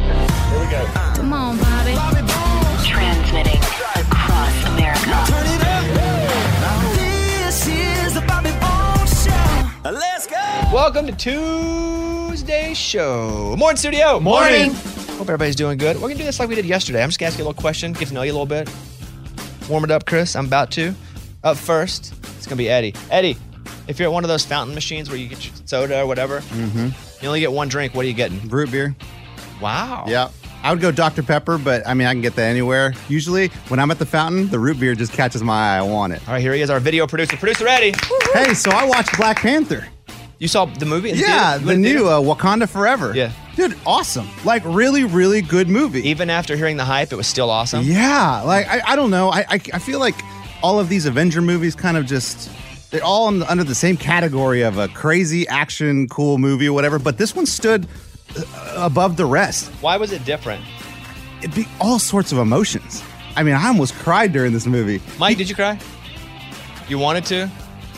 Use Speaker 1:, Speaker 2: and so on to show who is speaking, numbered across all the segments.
Speaker 1: Come on, Bobby.
Speaker 2: Transmitting across America.
Speaker 3: Turn it up. This is the Bobby Bones Show. Let's go.
Speaker 4: Welcome to Tuesday's show. Morning, studio.
Speaker 5: Morning.
Speaker 4: Hope everybody's doing good. We're going to do this like we did yesterday. I'm just going to ask you a little question, get to know you a little bit. Warm it up, Chris. I'm about to. Up first, it's going to be Eddie. Eddie, if you're at one of those fountain machines where you get your soda or whatever,
Speaker 6: Mm-hmm.
Speaker 4: you only get one drink, what are you getting?
Speaker 6: Root beer.
Speaker 4: Wow.
Speaker 6: Yeah. I would go Dr. Pepper, but I mean, I can get that anywhere. Usually, when I'm at the fountain, the root beer just catches my eye. I want it.
Speaker 4: All right, here he is, our video producer. Producer Eddie.
Speaker 6: Hey, so I watched Black Panther.
Speaker 4: You saw the movie? in
Speaker 6: Yeah,
Speaker 4: theater? You
Speaker 6: the
Speaker 4: went to
Speaker 6: new
Speaker 4: theater?
Speaker 6: uh, Wakanda Forever.
Speaker 4: Yeah.
Speaker 6: Dude, awesome. Like, really, really good movie.
Speaker 4: Even after hearing the hype, it was still awesome.
Speaker 6: Yeah, like, I, I don't know. I, I, I feel like all of these Avenger movies kind of just. They're all in- under the same category of a crazy action, cool movie, whatever. But this one stood uh, above the rest.
Speaker 4: Why was it different?
Speaker 6: It'd be all sorts of emotions. I mean, I almost cried during this movie.
Speaker 4: Mike, did you cry? You wanted to?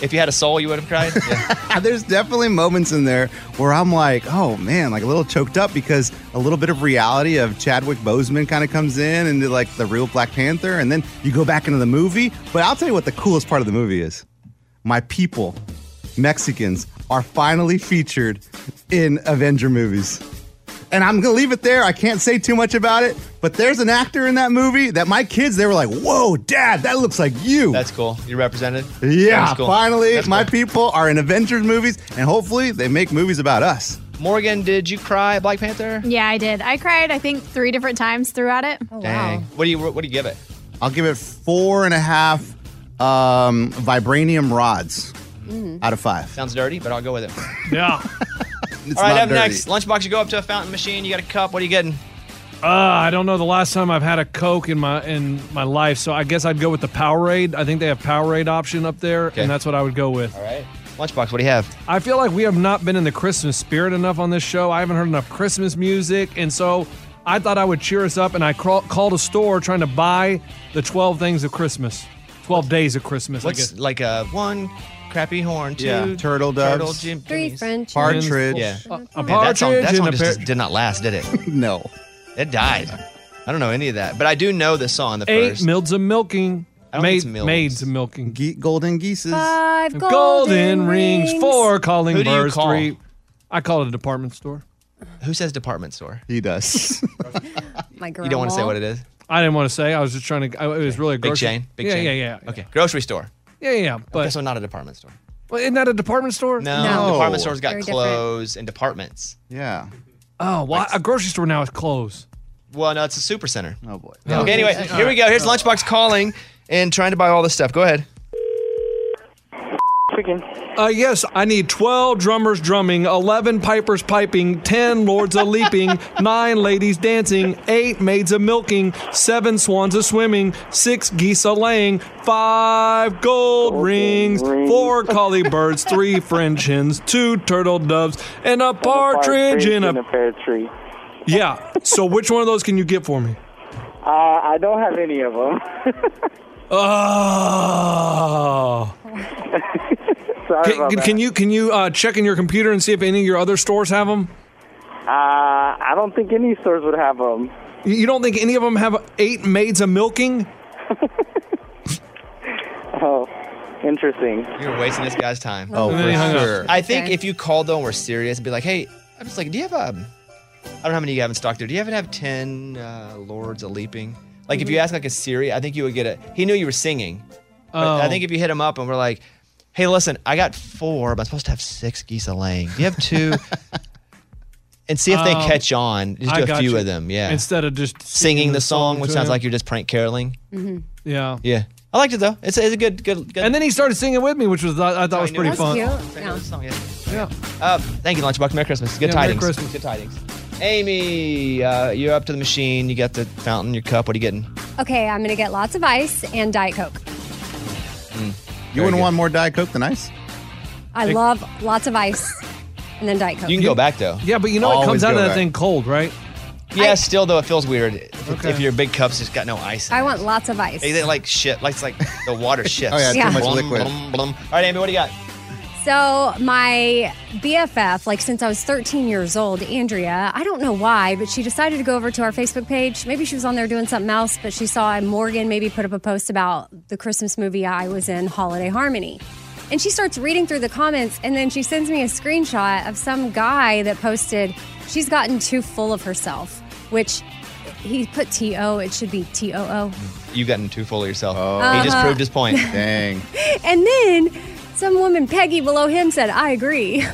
Speaker 4: If you had a soul, you would have cried? Yeah.
Speaker 6: There's definitely moments in there where I'm like, oh man, like a little choked up because a little bit of reality of Chadwick Boseman kind of comes in and like the real Black Panther, and then you go back into the movie. But I'll tell you what the coolest part of the movie is: my people, Mexicans, are finally featured in Avenger movies. And I'm gonna leave it there. I can't say too much about it, but there's an actor in that movie that my kids they were like, "Whoa, Dad, that looks like you."
Speaker 4: That's cool. You represented?
Speaker 6: Yeah,
Speaker 4: That's cool.
Speaker 6: finally,
Speaker 4: That's
Speaker 6: my
Speaker 4: cool.
Speaker 6: people are in Avengers movies, and hopefully, they make movies about us.
Speaker 4: Morgan, did you cry at Black Panther?
Speaker 1: Yeah, I did. I cried, I think, three different times throughout it. Oh,
Speaker 4: Dang. What do you what do you give it?
Speaker 6: I'll give it four and a half um, vibranium rods
Speaker 7: Mm.
Speaker 6: out of five.
Speaker 4: Sounds dirty, but I'll go with it. All
Speaker 8: Yeah.
Speaker 6: It's
Speaker 4: right,
Speaker 6: not
Speaker 4: up
Speaker 6: dirty.
Speaker 4: next, lunchbox. You go up to a fountain machine. You got a cup. What are you getting?
Speaker 8: Uh, I don't know the last time I've had a Coke in my in my life, so I guess I'd go with the Powerade. I think they have Powerade option up there,
Speaker 4: Okay.
Speaker 8: and that's what I would go with.
Speaker 4: All right, lunchbox. What do you have?
Speaker 8: I feel like we have not been in the Christmas spirit enough on this show. I haven't heard enough Christmas music, and so I thought I would cheer us up, and I crawl, called a store trying to buy the twelve things of Christmas, twelve days of Christmas. I
Speaker 4: What's
Speaker 8: guess.
Speaker 4: like a one crappy horn? Two
Speaker 6: Yeah, turtle doves.
Speaker 4: Turtle Jim.
Speaker 7: Three French.
Speaker 6: Partridge.
Speaker 4: Yeah.
Speaker 8: A, a
Speaker 4: Man, that
Speaker 8: partridge
Speaker 4: song, that
Speaker 8: and
Speaker 4: song
Speaker 8: a
Speaker 4: just,
Speaker 8: pear-
Speaker 4: just did not last, did it?
Speaker 6: No.
Speaker 4: It died. I don't know any of that, but I do know the song. The
Speaker 8: eight
Speaker 4: first.
Speaker 8: milds of milking.
Speaker 4: I don't think
Speaker 8: Maids,
Speaker 4: it's milds.
Speaker 8: maids of milking.
Speaker 6: Ge- golden geeses.
Speaker 7: Five golden,
Speaker 8: Golden
Speaker 7: rings.
Speaker 8: rings. Four calling
Speaker 4: Who do you
Speaker 8: birds.
Speaker 4: call?
Speaker 8: Three. I call it a department store.
Speaker 4: Who says department store?
Speaker 6: he does.
Speaker 7: My grandma.
Speaker 4: You don't want to say what it is.
Speaker 8: I didn't want to say. I was just trying to. I, it was really a
Speaker 4: Big
Speaker 8: grocery.
Speaker 4: chain. Big
Speaker 8: yeah,
Speaker 4: chain.
Speaker 8: Yeah, yeah, yeah.
Speaker 4: Okay, grocery store.
Speaker 8: Yeah, yeah, yeah. But
Speaker 4: Guess what? Not a department store.
Speaker 8: well, isn't that a department store?
Speaker 4: No,
Speaker 7: No.
Speaker 4: department stores got
Speaker 7: Very different.
Speaker 4: clothes and departments.
Speaker 6: yeah.
Speaker 8: Oh, well, a grocery store now is closed.
Speaker 4: Well, no, it's a super center.
Speaker 6: Oh boy.
Speaker 4: Okay, anyway, here we go. Here's Lunchbox calling and trying to buy all this stuff. Go ahead.
Speaker 8: Uh, yes, I need 12 drummers drumming, 11 pipers piping, 10 lords a leaping, 9 ladies dancing, 8 maids a milking, 7 swans a swimming, 6 geese a laying, 5 gold rings, 4 collie birds, 3 French hens, 2 turtle doves, and a partridge in a
Speaker 9: pear tree.
Speaker 8: Yeah. So which one of those can you get for me?
Speaker 9: Uh, I don't have any of them.
Speaker 8: Oh.
Speaker 9: Sorry
Speaker 8: Can,
Speaker 9: about
Speaker 8: can-
Speaker 9: that.
Speaker 8: can you can you uh, check in your computer and see if any of your other stores have them?
Speaker 9: Uh, I don't think any stores would have them.
Speaker 8: You don't think any of them have eight maids a milking?
Speaker 9: Oh, interesting.
Speaker 4: You're wasting this guy's time.
Speaker 9: Oh,
Speaker 8: And then for he hung up. sure.
Speaker 4: I think
Speaker 8: Okay.
Speaker 4: if you called though and were serious, be like, hey, I'm just like, do you have um, I don't know how many you have in stock there. Do you happen to have ten uh, lords a leaping? Like if you
Speaker 10: Mhm.
Speaker 4: ask like a Siri, I think you would get it. He knew you were singing. But I
Speaker 10: Oh.
Speaker 4: think if you hit him up and we're like, hey, listen, I got four, but I'm supposed to have six geese a laying. Do you have two? and see if they
Speaker 8: Um,
Speaker 4: catch on. Just
Speaker 8: I
Speaker 4: do a
Speaker 8: got
Speaker 4: few
Speaker 8: you.
Speaker 4: of them. Yeah.
Speaker 8: Instead of just
Speaker 4: singing the song, which
Speaker 8: to
Speaker 4: sounds
Speaker 8: him.
Speaker 4: like you're just prank caroling.
Speaker 8: Yeah.
Speaker 4: Yeah. I liked it though. It's, it's a good, good, good.
Speaker 8: And then he started singing with me, which was I, I thought was pretty fun.
Speaker 4: Yeah. Uh, thank you, Lunchbox. Merry Christmas. Good
Speaker 8: Yeah, Merry
Speaker 4: tidings.
Speaker 8: Christmas.
Speaker 4: Good tidings. Amy, uh, you're up to the machine. You got the fountain, your cup. What are you getting?
Speaker 7: Okay, I'm going to get lots of ice and Diet Coke.
Speaker 6: You wouldn't want more Diet Coke than ice?
Speaker 7: I
Speaker 8: Hey.
Speaker 7: love lots of ice and then Diet Coke.
Speaker 4: back though.
Speaker 8: Yeah, but you know it
Speaker 4: Always
Speaker 8: comes out
Speaker 4: go
Speaker 8: of that
Speaker 4: back.
Speaker 8: thing cold, right?
Speaker 4: Yeah, still though it feels weird if, if your big cup's just got no ice. in
Speaker 7: I
Speaker 4: it.
Speaker 7: want lots of ice.
Speaker 4: They, they like shit. Like it's like the water shifts.
Speaker 6: Oh, yeah, too Yeah. much
Speaker 4: Blum,
Speaker 6: liquid.
Speaker 4: blum, blum. All right, Amy, what do you got?
Speaker 7: So, my BFF, like since I was 13 years old, Andrea, I don't know why, but she decided to go over to our Facebook page. Maybe she was on there doing something else, but she saw Morgan maybe put up a post about the Christmas movie I was in, Holiday Harmony. And she starts reading through the comments, and then she sends me a screenshot of some guy that posted, She's gotten too full of herself, which he put T O, it should be T O O.
Speaker 4: You've gotten too full of yourself.
Speaker 6: Oh.
Speaker 7: Uh-huh.
Speaker 4: He just proved his point. Dang.
Speaker 7: And then some woman, Peggy, below him said, I agree.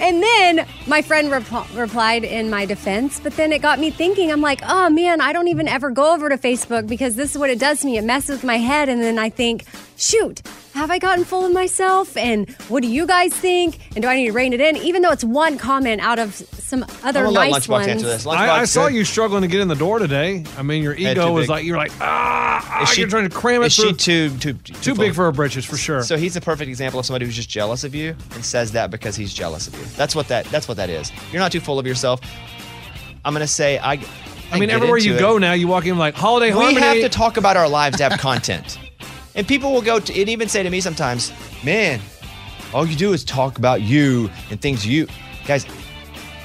Speaker 7: And then my friend rep- replied in my defense, but then it got me thinking. I'm like, oh man, I don't even ever go over to Facebook because this is what it does to me. It messes with my head. And then I think, shoot, have I gotten full of myself? And what do you guys think? And do I need to rein it in? Even though it's one comment out of some other
Speaker 8: I'm gonna let
Speaker 7: nice
Speaker 8: Lunchbox
Speaker 7: ones.
Speaker 8: answer
Speaker 4: this. Lunchbox,
Speaker 8: I, I saw
Speaker 4: good.
Speaker 8: you struggling to get in the door today. I mean, your
Speaker 4: Head too
Speaker 8: ego was
Speaker 4: big.
Speaker 8: like you're like ah,
Speaker 4: Is she-
Speaker 8: you're trying to cram it
Speaker 4: is
Speaker 8: through.
Speaker 4: she too too too,
Speaker 8: big
Speaker 4: full?
Speaker 8: for her britches for sure.
Speaker 4: So he's a perfect example of somebody who's just jealous of you and says that because he's jealous of you. That's what that that's what that is. You're not too full of yourself. I'm gonna say I.
Speaker 8: I mean, everywhere you go now, you walk in like holiday
Speaker 4: we
Speaker 8: harmony.
Speaker 4: have to talk about our lives to have content. and people will go to it. Even say to me sometimes, man, all you do is talk about you and things you guys.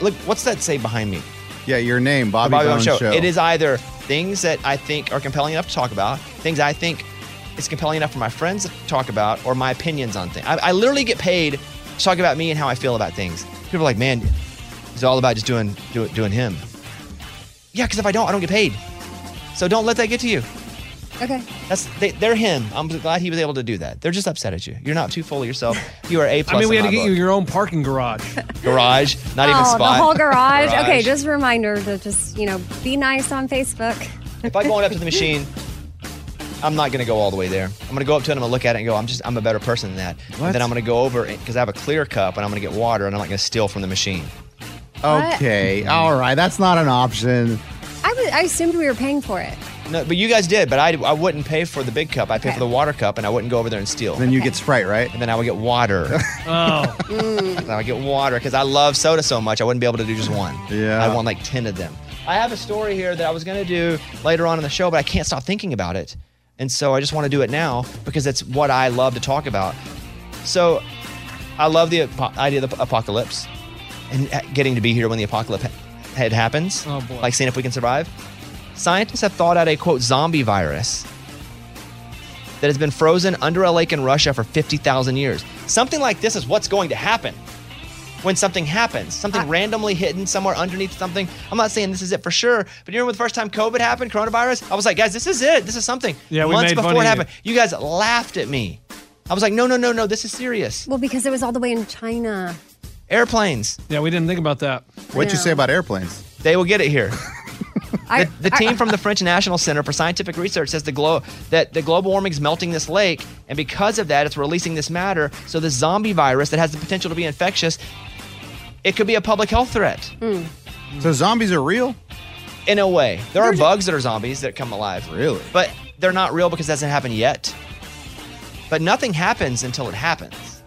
Speaker 4: Look, what's that say behind me?
Speaker 6: Yeah, your name, Bobby,
Speaker 4: The Bobby
Speaker 6: Bones
Speaker 4: Bones Show.
Speaker 6: Show.
Speaker 4: It is either things that I think are compelling enough to talk about, things I think is compelling enough for my friends to talk about, or my opinions on things. I, I literally get paid to talk about me and how I feel about things. People are like, man, it's all about just doing do, doing him. Yeah, because if I don't, I don't get paid. So don't let that get to you.
Speaker 7: Okay.
Speaker 4: That's they, they're him. I'm glad he was able to do that. They're just upset at you. You're not too full of yourself. You are a plus.
Speaker 8: I mean, we
Speaker 4: in
Speaker 8: had to
Speaker 4: my
Speaker 8: get you your own parking garage.
Speaker 4: book. garage, not even
Speaker 7: oh,
Speaker 4: spot.
Speaker 7: the whole garage. Okay, just a reminder to just, you know, be nice on Facebook.
Speaker 4: if I'm going up to the machine, I'm not going to go all the way there. I'm going to go up to it. I'm going to look at it and go, I'm just, I'm a better person than that.
Speaker 6: What?
Speaker 4: And then I'm going to go over because I have a clear cup and I'm going to get water and I'm not going to steal from the machine.
Speaker 7: What?
Speaker 6: Okay, all right. That's not an option.
Speaker 7: I, was, I assumed we were paying for it.
Speaker 4: No, but you guys did. But I, I wouldn't pay for the big cup. I pay for the water cup and I wouldn't go over there and steal. Then
Speaker 6: you get Sprite, right?
Speaker 4: And then I would get water.
Speaker 8: Oh.
Speaker 4: and I would get water because I love soda so much. I wouldn't be able to do just one. Yeah. I want like 10 of them. I have a story here that I was going to do later on in the show, but I can't stop thinking about it. And so I just want to do it now because it's what I love to talk about. So I love the apo- idea of the apocalypse and uh, getting to be here when the apocalypse ha- had happens.
Speaker 8: Oh, boy.
Speaker 4: Like seeing if we can survive. Scientists have thought out a quote zombie virus that has been frozen under a lake in Russia for 50,000 years. Something like this is what's going to happen when something happens, something randomly hidden somewhere underneath something. I'm not saying this is it for sure, but you remember the first time COVID happened, coronavirus? I was like, guys, this is it. This is something.
Speaker 8: Yeah, we
Speaker 4: Months
Speaker 8: made fun
Speaker 4: before
Speaker 8: of
Speaker 4: it
Speaker 8: you.
Speaker 4: happened, you guys laughed at me. I was like, no, no, no, no, this is serious.
Speaker 7: Well, because it was all the way in China.
Speaker 4: Airplanes.
Speaker 8: Yeah, we didn't think about that.
Speaker 6: What'd you say about airplanes?
Speaker 4: They will get it here.
Speaker 7: I-
Speaker 4: the, the team from the French National Center for Scientific Research says the glo- that the global warming is melting this lake, and because of that, it's releasing this matter. So this zombie virus that has the potential to be infectious, it could be a public health threat.
Speaker 7: Hmm.
Speaker 6: So zombies are real?
Speaker 4: In a way, there are bugs that are zombies that come alive. Really? But they're not real because it hasn't happened yet. But nothing happens until it happens.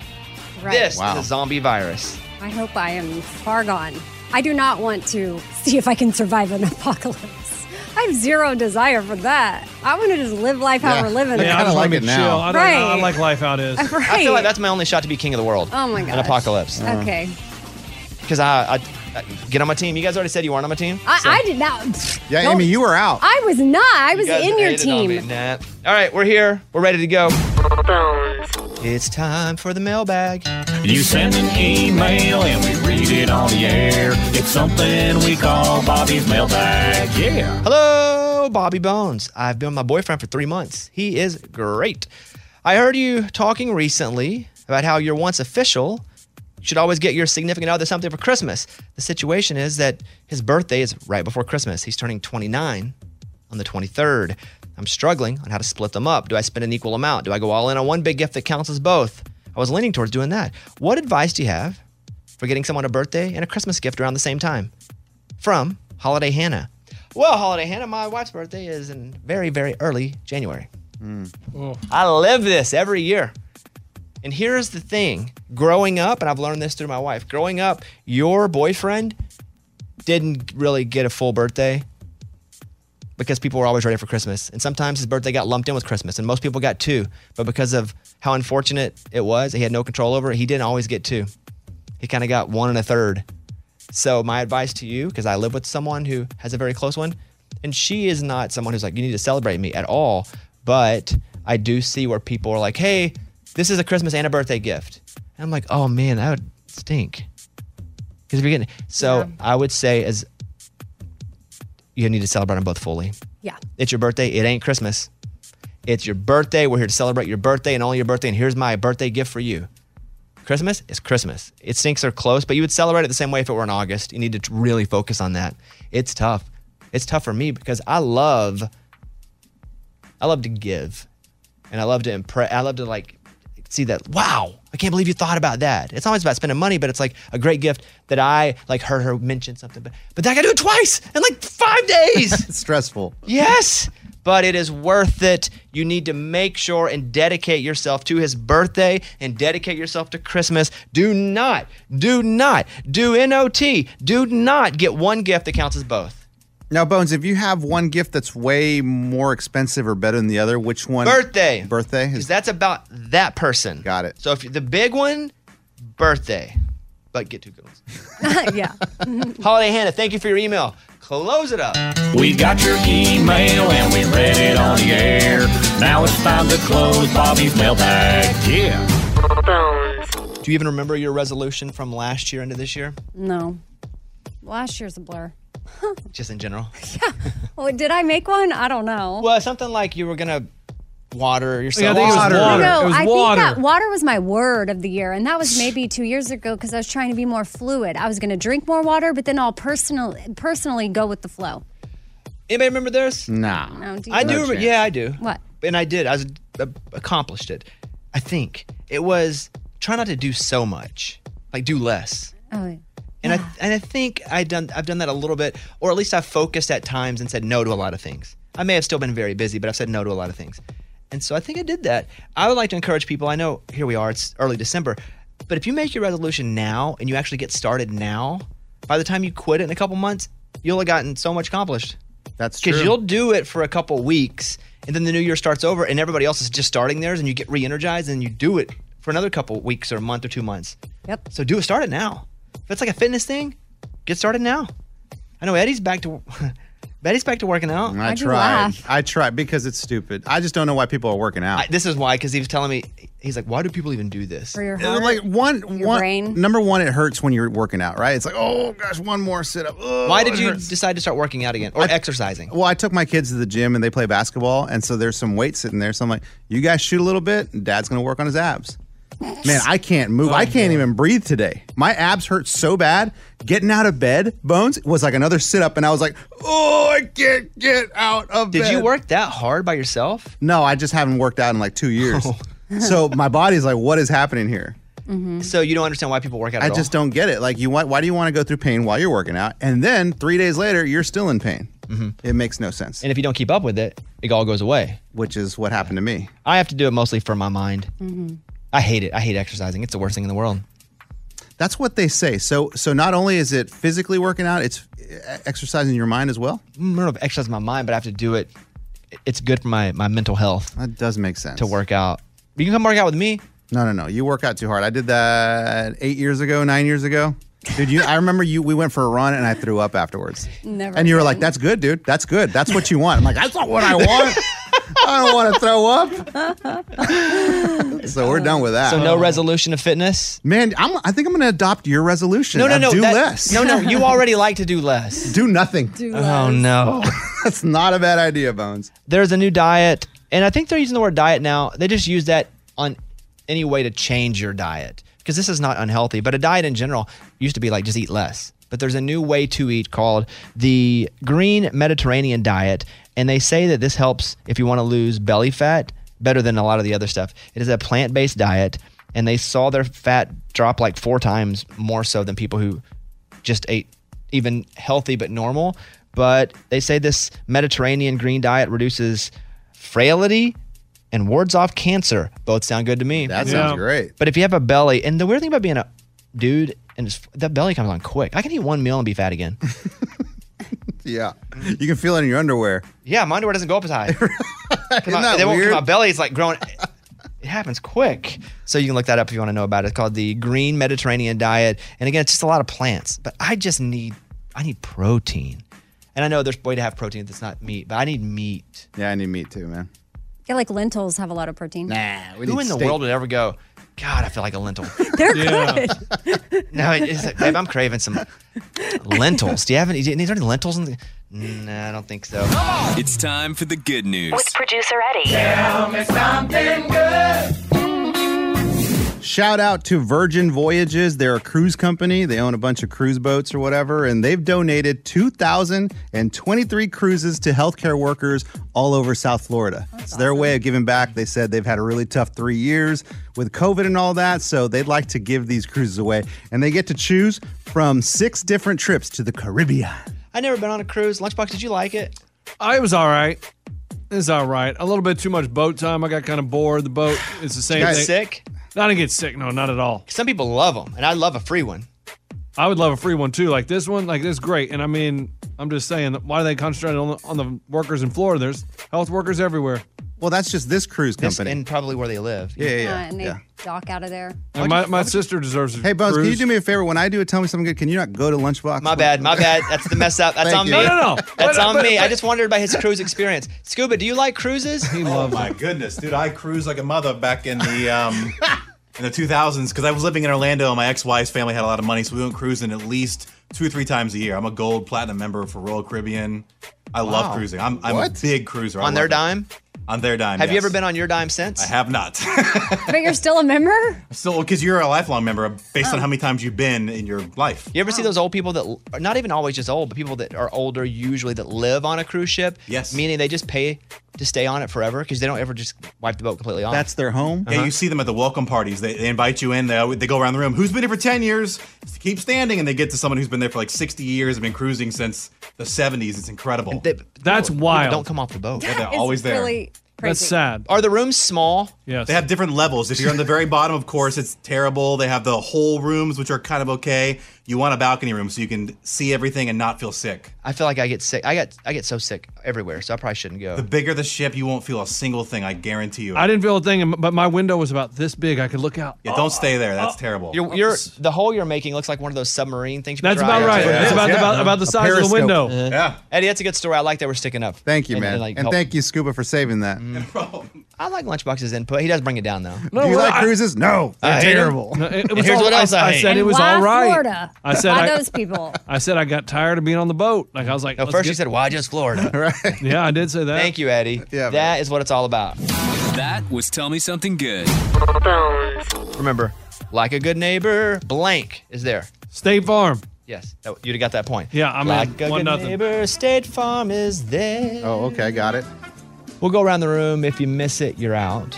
Speaker 7: Right.
Speaker 4: This is a zombie virus.
Speaker 7: I hope I am far gone. I do not want to see if I can survive an apocalypse. I have zero desire for that. I want to just live life how we're living.
Speaker 4: Yeah, I
Speaker 7: it.
Speaker 4: just like it now.
Speaker 8: I,
Speaker 7: Right.
Speaker 8: don't, I like life how it is.
Speaker 7: Right.
Speaker 4: I feel like that's my only shot to be king of the world.
Speaker 7: Oh my gosh. Uh,
Speaker 4: An apocalypse.
Speaker 7: Okay.
Speaker 4: Because I, I, I get on my team. You guys already said you weren't on my team.
Speaker 7: I,
Speaker 4: so-
Speaker 7: I did not.
Speaker 4: Yeah,
Speaker 7: Don't-
Speaker 4: Amy, you were out.
Speaker 7: I was not. I
Speaker 4: You
Speaker 7: was
Speaker 4: guys
Speaker 7: in your
Speaker 4: hated on
Speaker 7: team.
Speaker 4: me. Nah. All right, we're here. We're ready to go. It's time for the mailbag.
Speaker 10: You send an email and we read it on the air. It's something we call Bobby's mailbag. Yeah.
Speaker 4: Hello, Bobby Bones. I've been with my boyfriend for three months. He is great. I heard you talking recently about how you're once official. You should always get your significant other something for Christmas. The situation is that his birthday is right before Christmas. He's turning 29 on the 23rd. I'm struggling on how to split them up. Do I spend an equal amount? Do I go all in on one big gift that counts as both? I was leaning towards doing that. What advice do you have for getting someone a birthday and a Christmas gift around the same time? From Holiday Hannah. Well, Holiday Hannah, my wife's birthday is in very, very early January. I live this every year. And here's the thing growing up, and I've learned this through my wife, growing up, your boyfriend didn't really get a full birthday because people were always ready for Christmas. And sometimes his birthday got lumped in with Christmas, and most people got two. But because of how unfortunate it was, he had no control over it, he didn't always get two. He kind of got one and a third. So, my advice to you, because I live with someone who has a very close one, and she is not someone who's like, you need to celebrate me at all. But I do see where people are like, hey, this is a Christmas and a birthday gift. And I'm like, oh man, that would stink. Because if you're getting, so I would say, as you need to celebrate them both fully.
Speaker 7: Yeah.
Speaker 4: It's your birthday. It ain't Christmas. It's your birthday. We're here to celebrate your birthday and only your birthday. And here's my birthday gift for you. Christmas is Christmas. It stinks or close, but you would celebrate it the same way if it were in August. You need to t- really focus on that. It's tough. It's tough for me because I love, I love to give, and I love to impress. I love to like see that. Wow, I can't believe you thought about that. It's always about spending money, but it's like a great gift that I like heard her mention something, but but I got to do it twice in like five days.
Speaker 6: Stressful.
Speaker 4: Yes, but it is worth it. You need to make sure and dedicate yourself to his birthday and dedicate yourself to Christmas. Do not, do not, do NOT, do not get one gift that counts as both.
Speaker 6: Now, Bones, if you have one gift that's way more expensive or better than the other, which one?
Speaker 4: Birthday.
Speaker 6: Birthday. Is
Speaker 4: that's about that person.
Speaker 6: Got it.
Speaker 4: So if the big one, birthday, but get two good ones.
Speaker 7: yeah.
Speaker 4: Holiday Hannah, thank you for your email. Close it up.
Speaker 10: We got your email and we read it on the air. Now it's time to close Bobby's mailbag. Yeah.
Speaker 4: Do you even remember your resolution from last year into this year?
Speaker 7: No. Last year's a blur.
Speaker 4: Just in general?
Speaker 7: Oh, did I make one? I don't know.
Speaker 4: Well, something like you were gonna water yourself.
Speaker 8: I think it was Water. water.
Speaker 7: No,
Speaker 8: It was
Speaker 7: I
Speaker 8: water.
Speaker 7: think that water was my word of the year, and that was maybe two years ago because I was trying to be more fluid. I was going to drink more water, but then I'll personal, personally go with the flow.
Speaker 4: Anybody remember theirs?
Speaker 8: Mm.
Speaker 6: Nah.
Speaker 7: No, do you?
Speaker 4: I do. remember yeah, I do.
Speaker 7: What?
Speaker 4: And I did. I was, uh, accomplished it. I think it was try not to do so much, like do less.
Speaker 7: Oh, yeah.
Speaker 4: And I and I think I done I've done that a little bit, or at least I've focused at times and said no to a lot of things. I may have still been very busy, but I've said no to a lot of things. And so I think I did that. I would like to encourage people. I know here we are, it's early December, but if you make your resolution now and you actually get started now, by the time you quit it in a couple months, you'll have gotten so much accomplished.
Speaker 6: That's
Speaker 4: Because
Speaker 6: true.
Speaker 4: you'll do it for a couple weeks, and then the new year starts over, and everybody else is just starting theirs, and you get re-energized, and you do it for another couple weeks or a month or two months.
Speaker 7: Yep.
Speaker 4: So do it. Start it now. If it's like a fitness thing, get started now. I know Eddie's back to Eddie's back to working out.
Speaker 6: I, tried. I tried because it's stupid. I just don't know why people are working out.
Speaker 4: I- this is why, because he was telling me, he's like, why do people even do this?
Speaker 7: For your
Speaker 6: Uh,
Speaker 7: heart,
Speaker 6: like one,
Speaker 7: your
Speaker 6: one
Speaker 7: brain.
Speaker 6: number one, it hurts when you're working out, right? It's like, oh gosh, one more sit up.
Speaker 4: why did
Speaker 6: it
Speaker 4: you
Speaker 6: hurts.
Speaker 4: decide to start working out again or exercising?
Speaker 6: Well, I took my kids to the gym and they play basketball, and so there's some weight sitting there. So I'm like, you guys shoot a little bit, and Dad's gonna work on his abs. Man, I can't move.
Speaker 4: Oh,
Speaker 6: I can't even breathe today. My abs hurt so bad. Getting out of bed, bones was like another sit up, and I was like, oh, I can't get out of
Speaker 4: Did you
Speaker 6: bed.
Speaker 4: work that hard by yourself?
Speaker 6: no, I just haven't worked out in like two years.
Speaker 4: Oh.
Speaker 6: so my body's like, what is happening here?
Speaker 4: So you don't understand why people work out.
Speaker 6: I
Speaker 4: at all?
Speaker 6: just don't get it. Like, you want, why do you want to go through pain while you're working out, and then three days later you're still in pain? It makes no sense.
Speaker 4: Mm-hmm. And if you don't keep up with it, it all goes away.
Speaker 6: Which is what happened to me.
Speaker 4: I have to do it mostly for my mind. I hate it. I hate exercising. It's the worst thing in the world.
Speaker 6: That's what they say. So so not only is it physically working out, it's eh, exercising your mind as well.
Speaker 4: I don't know if exercise my mind, but I have to do it. It's good for my, my mental health.
Speaker 6: That does make sense.
Speaker 4: To work out. You can come work out with me.
Speaker 6: No, no, no. You work out too hard. I did that eight years ago, nine years ago. Dude, you I remember you we went for a run and I threw up afterwards.
Speaker 7: Never.
Speaker 6: And you were like, That's good, dude. That's good. That's what you want. I'm like, that's not what I want. I don't want to throw up. So we're done with that. Um,
Speaker 4: So no resolution of fitness.
Speaker 6: Man, I'm, I think I'm going to adopt your resolution.
Speaker 4: No, no,
Speaker 6: of
Speaker 4: no.
Speaker 6: Do
Speaker 4: that-
Speaker 6: less.
Speaker 4: No, no. You already like to do less.
Speaker 6: do nothing.
Speaker 4: Oh no.
Speaker 6: That's not a bad idea, Bones.
Speaker 4: There's a new diet, and I think they're using the word diet now. They just use that on any way to change your diet because this is not unhealthy. But a diet in general used to be like just eat less. But there's a new way to eat called the green Mediterranean diet, and they say that this helps if you want to lose belly fat better than a lot of the other stuff. It is a plant-based diet, and they saw their fat drop like four times more so than people who just ate even healthy but normal. But they say this Mediterranean green diet reduces frailty and wards off cancer. Both sound good to me.
Speaker 6: That sounds Yeah. great.
Speaker 4: But if you have a belly, and the weird thing about being a dude, and it's, that belly comes on quick. I can eat one meal and be fat again.
Speaker 6: Yeah. You can feel it in your underwear.
Speaker 4: yeah, my underwear doesn't go up as high. 'Cause my,
Speaker 6: that
Speaker 4: they won't- 'cause
Speaker 6: weird?
Speaker 4: my belly's like growing. It happens quick. So you can look that up if you want to know about it. It's called the Green Mediterranean Diet. And again, it's just a lot of plants. But I just need, I need protein. And I know there's a way to have protein that's not meat, but I need meat.
Speaker 6: Yeah, I need meat too, man.
Speaker 7: Yeah, like lentils have a lot of protein.
Speaker 6: Nah,
Speaker 4: Who in the world would ever go? God, I feel like a lentil.
Speaker 7: They're
Speaker 4: Yeah. no, it- it's like, babe, I'm craving some lentils. Do you have any? Is there any lentils? In the, no, I don't think so.
Speaker 11: It's time for the good news.
Speaker 2: With producer Eddie.
Speaker 11: Tell
Speaker 2: me something good.
Speaker 6: Shout out to Virgin Voyages. They're a cruise company. They own a bunch of cruise boats or whatever, and they've donated 2,023 cruises to healthcare workers all over South Florida. it's their way of giving back. They said they've had a really tough three years with COVID and all that, so they'd like to give these cruises away. And they get to choose from six different trips to the Caribbean.
Speaker 4: I've never been on a cruise. Lunchbox, did you like it?
Speaker 8: I was all right. It was all right. A little bit too much boat time. I got kind of bored. The boat is the same
Speaker 4: You got
Speaker 8: thing.
Speaker 4: sick?
Speaker 8: I didn't get sick. No, not at all.
Speaker 4: Some people love them, and I love a free one.
Speaker 8: I would love a free one too. Like this one, like this is great. And I mean, I'm just saying, why do they concentrate on, on the workers in Florida? There's health workers everywhere.
Speaker 6: Well, that's just this cruise
Speaker 8: This
Speaker 6: company.
Speaker 4: and probably where they live.
Speaker 6: Yeah, yeah, yeah.
Speaker 7: Uh, and they
Speaker 6: yeah.
Speaker 7: dock out of there.
Speaker 8: And my my sister deserves.
Speaker 6: Hey, Bones, can you
Speaker 8: cruise.
Speaker 6: do me a favor? When I do it, tell me something good. Can you not go to Lunchbox?
Speaker 4: My bad, my bad. That's the mess up. That's
Speaker 6: Thank
Speaker 4: on me.
Speaker 6: you. No, no, no.
Speaker 4: That's
Speaker 6: But-
Speaker 4: on
Speaker 6: but-
Speaker 4: me. I
Speaker 6: but-
Speaker 4: just wondered about his cruise experience. Scuba, do you like cruises? He
Speaker 12: Oh my goodness, dude! I cruised like a mother back in the um, in the 2000s because I was living in Orlando and my ex-wife's family had a lot of money, so we went cruising at least two or three times a year. I'm a gold platinum member for Royal Caribbean. I
Speaker 4: Wow.
Speaker 12: love cruising. I'm, I'm a
Speaker 4: What?
Speaker 12: big cruiser. I
Speaker 4: On their
Speaker 12: love
Speaker 4: dime?
Speaker 12: it. On their dime.
Speaker 4: Have you
Speaker 12: yes.
Speaker 4: ever been on your dime since?
Speaker 12: I have not.
Speaker 7: but you're still a member?
Speaker 12: so because you're a lifelong member, based on
Speaker 4: Oh.
Speaker 12: how many times you've been in your life.
Speaker 4: You ever see those old people that l- are not even always just old, but people that are older usually that live on a cruise ship? Yes. Meaning they just pay to stay on it forever because they don't ever just wipe the boat completely off.
Speaker 6: That's their home.
Speaker 12: Yeah, you see them at the welcome parties. They, they invite you in. They, they go around the room. Who's been here for 10 years? Keep standing. And they get to someone who's been there for like 60 years and been cruising since the 70s. It's incredible.
Speaker 8: That's
Speaker 4: People wild. don't come off the boat.
Speaker 12: Yeah, they're
Speaker 4: is
Speaker 12: always there.
Speaker 4: really
Speaker 8: That's crazy. sad.
Speaker 4: Are the rooms small?
Speaker 8: Yes.
Speaker 12: They have different levels. If you're on the very bottom, of course, it's terrible. They have the whole rooms, which are kind of okay. You want a balcony room so you can see everything and not feel sick.
Speaker 4: I feel like I get sick. I got I get so sick everywhere, so I probably shouldn't go.
Speaker 12: The bigger the ship, you won't feel a single thing. I guarantee you.
Speaker 8: I didn't feel a thing, but my window was about this big. I could look out. Uh,
Speaker 12: yeah, don't stay there. That's terrible.
Speaker 4: You're, you're the hole you're making looks like one of those submarine things. you
Speaker 8: That's about
Speaker 4: drive into.
Speaker 8: right. Yeah. It's about- Yeah. about- about the A size of the periscope. window. Uh-huh.
Speaker 12: Yeah.
Speaker 4: Eddie, that's a good story. I like that we're sticking up.
Speaker 6: Thank you,
Speaker 4: And-
Speaker 6: man.
Speaker 4: and,
Speaker 6: And,
Speaker 4: like, help- Mm.
Speaker 6: thank you, Scuba, for saving that.
Speaker 4: I like Lunchbox's input. He does bring it down though.
Speaker 6: Do you like cruises? No, they're
Speaker 4: I hate 'em.
Speaker 6: terrible.
Speaker 8: No, it- it was
Speaker 4: Here's
Speaker 8: all-
Speaker 4: what else I,
Speaker 8: I
Speaker 4: hate.
Speaker 8: said it was all right.
Speaker 7: Florida.
Speaker 8: I said
Speaker 7: Why
Speaker 8: I-
Speaker 7: those people?
Speaker 8: I said I got tired of being on the boat. Like I was like,
Speaker 4: No,
Speaker 8: let's
Speaker 4: first
Speaker 8: get-
Speaker 4: you said, "Why just Florida?"
Speaker 6: right.
Speaker 8: Yeah, I did say that.
Speaker 4: Thank you, Eddie. Yeah, that is what it's all about.
Speaker 11: That was Tell Me Something Good.
Speaker 4: Remember, like a good neighbor, blank is there.
Speaker 8: State Farm.
Speaker 4: Yes, that- you'd have got that point.
Speaker 8: Yeah, I'm
Speaker 4: like
Speaker 8: in.
Speaker 4: a
Speaker 8: One
Speaker 4: good
Speaker 8: nothing.
Speaker 4: neighbor, State Farm is there.
Speaker 6: Oh, okay, got it.
Speaker 4: We'll go around the room. If you miss it, you're out.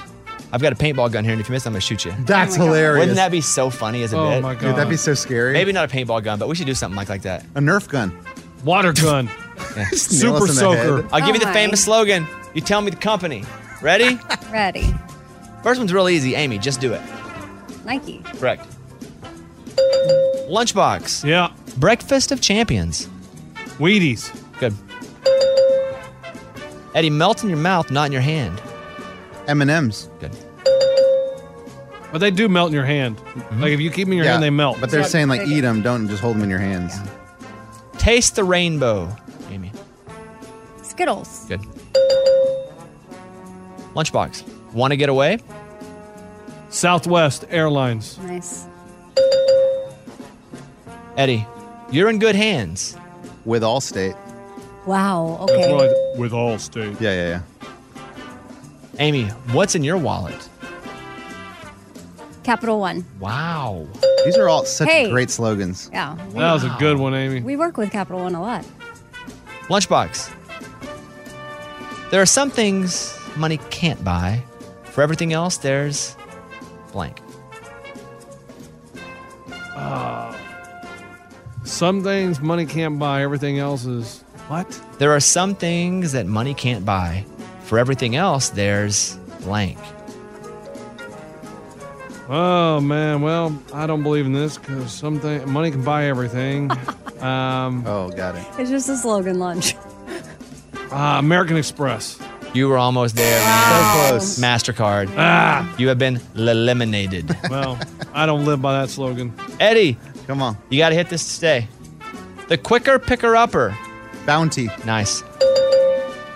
Speaker 4: I've got a paintball gun here, and if you miss, it, I'm gonna shoot you.
Speaker 6: That's hilarious.
Speaker 4: Wouldn't that be so funny as a
Speaker 6: Oh
Speaker 4: bit?
Speaker 6: my Dude, that'd be God. so scary.
Speaker 4: Maybe not a paintball gun, but we should do something like, like that.
Speaker 6: A Nerf gun.
Speaker 8: Water gun.
Speaker 6: Nail us in the soaker. head.
Speaker 4: I'll give
Speaker 7: Oh
Speaker 4: you the
Speaker 7: my.
Speaker 4: famous slogan. You tell me the company. Ready?
Speaker 7: Ready.
Speaker 4: First one's real easy. Amy, just do it.
Speaker 7: Nike.
Speaker 4: Correct. Lunchbox. Yeah. Breakfast of Champions. Wheaties. Good. Eddie, melt in your mouth, not in your hand.
Speaker 6: M and M's.
Speaker 4: Good.
Speaker 8: But they do melt in your hand.
Speaker 4: Mm-hmm.
Speaker 8: Like if you keep them in your hand, they melt.
Speaker 6: But they're saying like eat them, don't just hold them in your hands.
Speaker 4: Taste the rainbow. Amy.
Speaker 7: Skittles.
Speaker 4: Good. Lunchbox. Want to get away?
Speaker 8: Southwest Airlines.
Speaker 7: Nice.
Speaker 4: Eddie, you're in good hands.
Speaker 6: With Allstate.
Speaker 7: Wow. Okay.
Speaker 4: with Allstate.
Speaker 6: Yeah,
Speaker 4: yeah.
Speaker 6: yeah,
Speaker 4: Amy, what's in your wallet?
Speaker 7: Capital One.
Speaker 4: Wow.
Speaker 6: These are all such
Speaker 7: Hey.
Speaker 6: great slogans.
Speaker 7: Yeah.
Speaker 8: That was a good one, Amy.
Speaker 7: We work with Capital One a lot.
Speaker 4: Lunchbox. There are some things money can't buy. For everything else, there's blank.
Speaker 8: Uh, some things money can't buy. Everything else is what?
Speaker 4: There are some things that money can't buy. For everything else, there's blank.
Speaker 8: Oh man. Well, I don't believe in this because something money can buy everything. um,
Speaker 6: oh, got it.
Speaker 7: It's just a slogan lunch.
Speaker 8: Uh, American Express.
Speaker 4: You were almost there.
Speaker 6: Ah.
Speaker 8: So
Speaker 7: Um,
Speaker 8: close.
Speaker 4: MasterCard.
Speaker 8: Ah.
Speaker 4: You have been eliminated.
Speaker 8: Well, I don't live by that slogan.
Speaker 4: Eddie.
Speaker 6: Come on.
Speaker 4: You got to hit this today. The quicker picker upper.
Speaker 6: Bounty.
Speaker 4: Nice.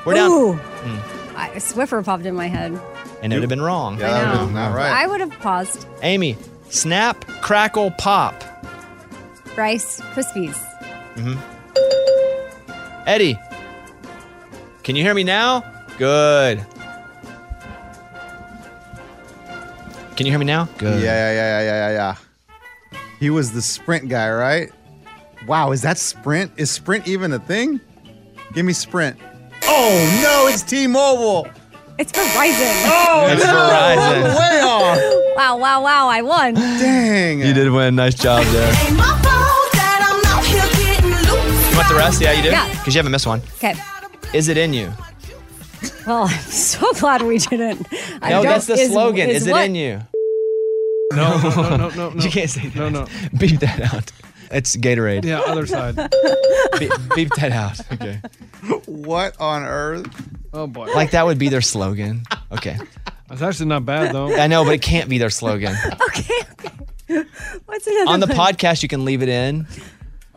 Speaker 4: We're down.
Speaker 7: Ooh.
Speaker 4: Mm.
Speaker 7: I, Swiffer popped in my head.
Speaker 4: And it would have been wrong.
Speaker 7: I know. I would have paused.
Speaker 4: Amy, snap, crackle, pop.
Speaker 7: Rice Krispies.
Speaker 4: hmm Eddie, can you hear me now? Good. Can you hear me now? Good.
Speaker 6: Yeah, yeah, yeah, yeah, yeah, yeah, yeah. He was the sprint guy, right? Wow, is that sprint? Is sprint even a thing? Give me sprint. Oh no, it's T-Mobile.
Speaker 7: It's Verizon.
Speaker 6: Oh,
Speaker 4: It's no, Verizon. I'm way
Speaker 6: off.
Speaker 7: wow, wow, wow! I won.
Speaker 6: Dang.
Speaker 4: You did win. Nice job there. You want the rest? Yeah, you did?
Speaker 7: Yeah.
Speaker 4: Because you haven't missed one.
Speaker 7: Okay.
Speaker 4: Is it in you?
Speaker 7: Well, I'm so glad we didn't. I
Speaker 4: no,
Speaker 7: don't-
Speaker 4: that's the
Speaker 7: is-
Speaker 4: slogan. Is, it
Speaker 7: what-
Speaker 4: in you?
Speaker 8: No, no, no, no, no.
Speaker 4: You can't say that.
Speaker 8: No, no.
Speaker 4: Beep that out. It's Gatorade.
Speaker 8: Yeah, other side.
Speaker 4: Be- beep that out. Okay.
Speaker 6: What on earth?
Speaker 8: Oh boy.
Speaker 4: Like that would be their slogan. Okay.
Speaker 8: That's actually not bad though.
Speaker 4: I know, but it can't be their slogan.
Speaker 7: What's another
Speaker 4: On the
Speaker 7: one?
Speaker 4: podcast, you can leave it in,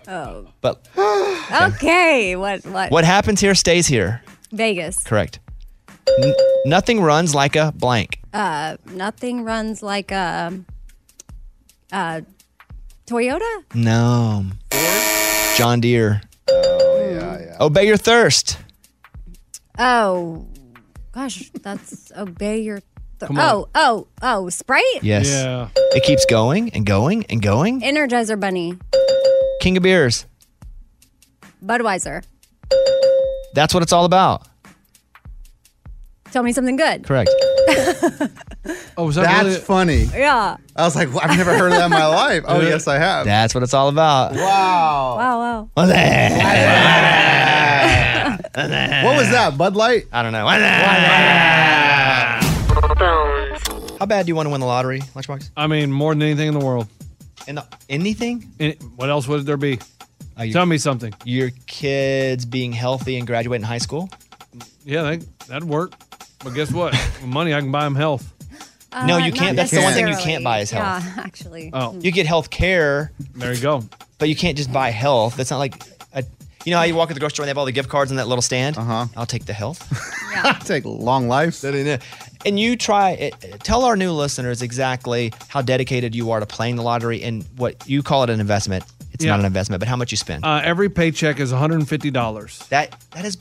Speaker 7: Oh.
Speaker 4: but
Speaker 7: Okay. What? What?
Speaker 4: what happens here stays here.
Speaker 7: Vegas.
Speaker 4: Correct. N- nothing runs like a blank.
Speaker 7: Uh, nothing runs like a. Uh, Toyota.
Speaker 4: No. John Deere. Oh, yeah, yeah. Obey your thirst.
Speaker 7: Oh, gosh, that's obey your. Th-
Speaker 4: Come on.
Speaker 7: oh, oh, oh! Sprite.
Speaker 4: Yes. Yeah. It keeps going and going and going.
Speaker 7: Energizer Bunny.
Speaker 4: King of beers.
Speaker 7: Budweiser.
Speaker 4: That's what it's all about.
Speaker 7: Tell me something good.
Speaker 4: Correct.
Speaker 8: Oh, was
Speaker 6: that That's funny.
Speaker 7: Yeah.
Speaker 6: I was like, well, I've never heard of that in my life. Oh, yes, I have.
Speaker 4: That's what it's all about.
Speaker 6: Wow.
Speaker 7: Wow, wow.
Speaker 4: What was
Speaker 6: What was that? Bud Light?
Speaker 4: I don't know. How bad do you want to win the lottery, Lunchbox?
Speaker 8: I mean, more than anything in the world.
Speaker 4: In the, anything?
Speaker 8: In, what else would there be? Tell me something.
Speaker 4: Your kids being healthy and graduating high school?
Speaker 8: Yeah, that, that'd work. But guess what? With money, I can buy them health.
Speaker 4: No, you can't. That's the one thing you can't buy is health.
Speaker 7: Uh, Yeah, actually.
Speaker 8: Oh.
Speaker 4: You get health care.
Speaker 8: There you go.
Speaker 4: But you can't just buy health. That's not like, a, you know how you walk at the grocery store and they have all the gift cards in that little stand? Uh
Speaker 8: Uh-huh.
Speaker 4: huh. I'll take the health.
Speaker 6: take long life.
Speaker 4: That ain't it. And you try, it, tell our new listeners exactly how dedicated you are to playing the lottery and what you call it an investment. It's
Speaker 8: Yeah.
Speaker 4: not an investment, but how much you spend.
Speaker 8: Uh, every paycheck is $150.
Speaker 4: That that is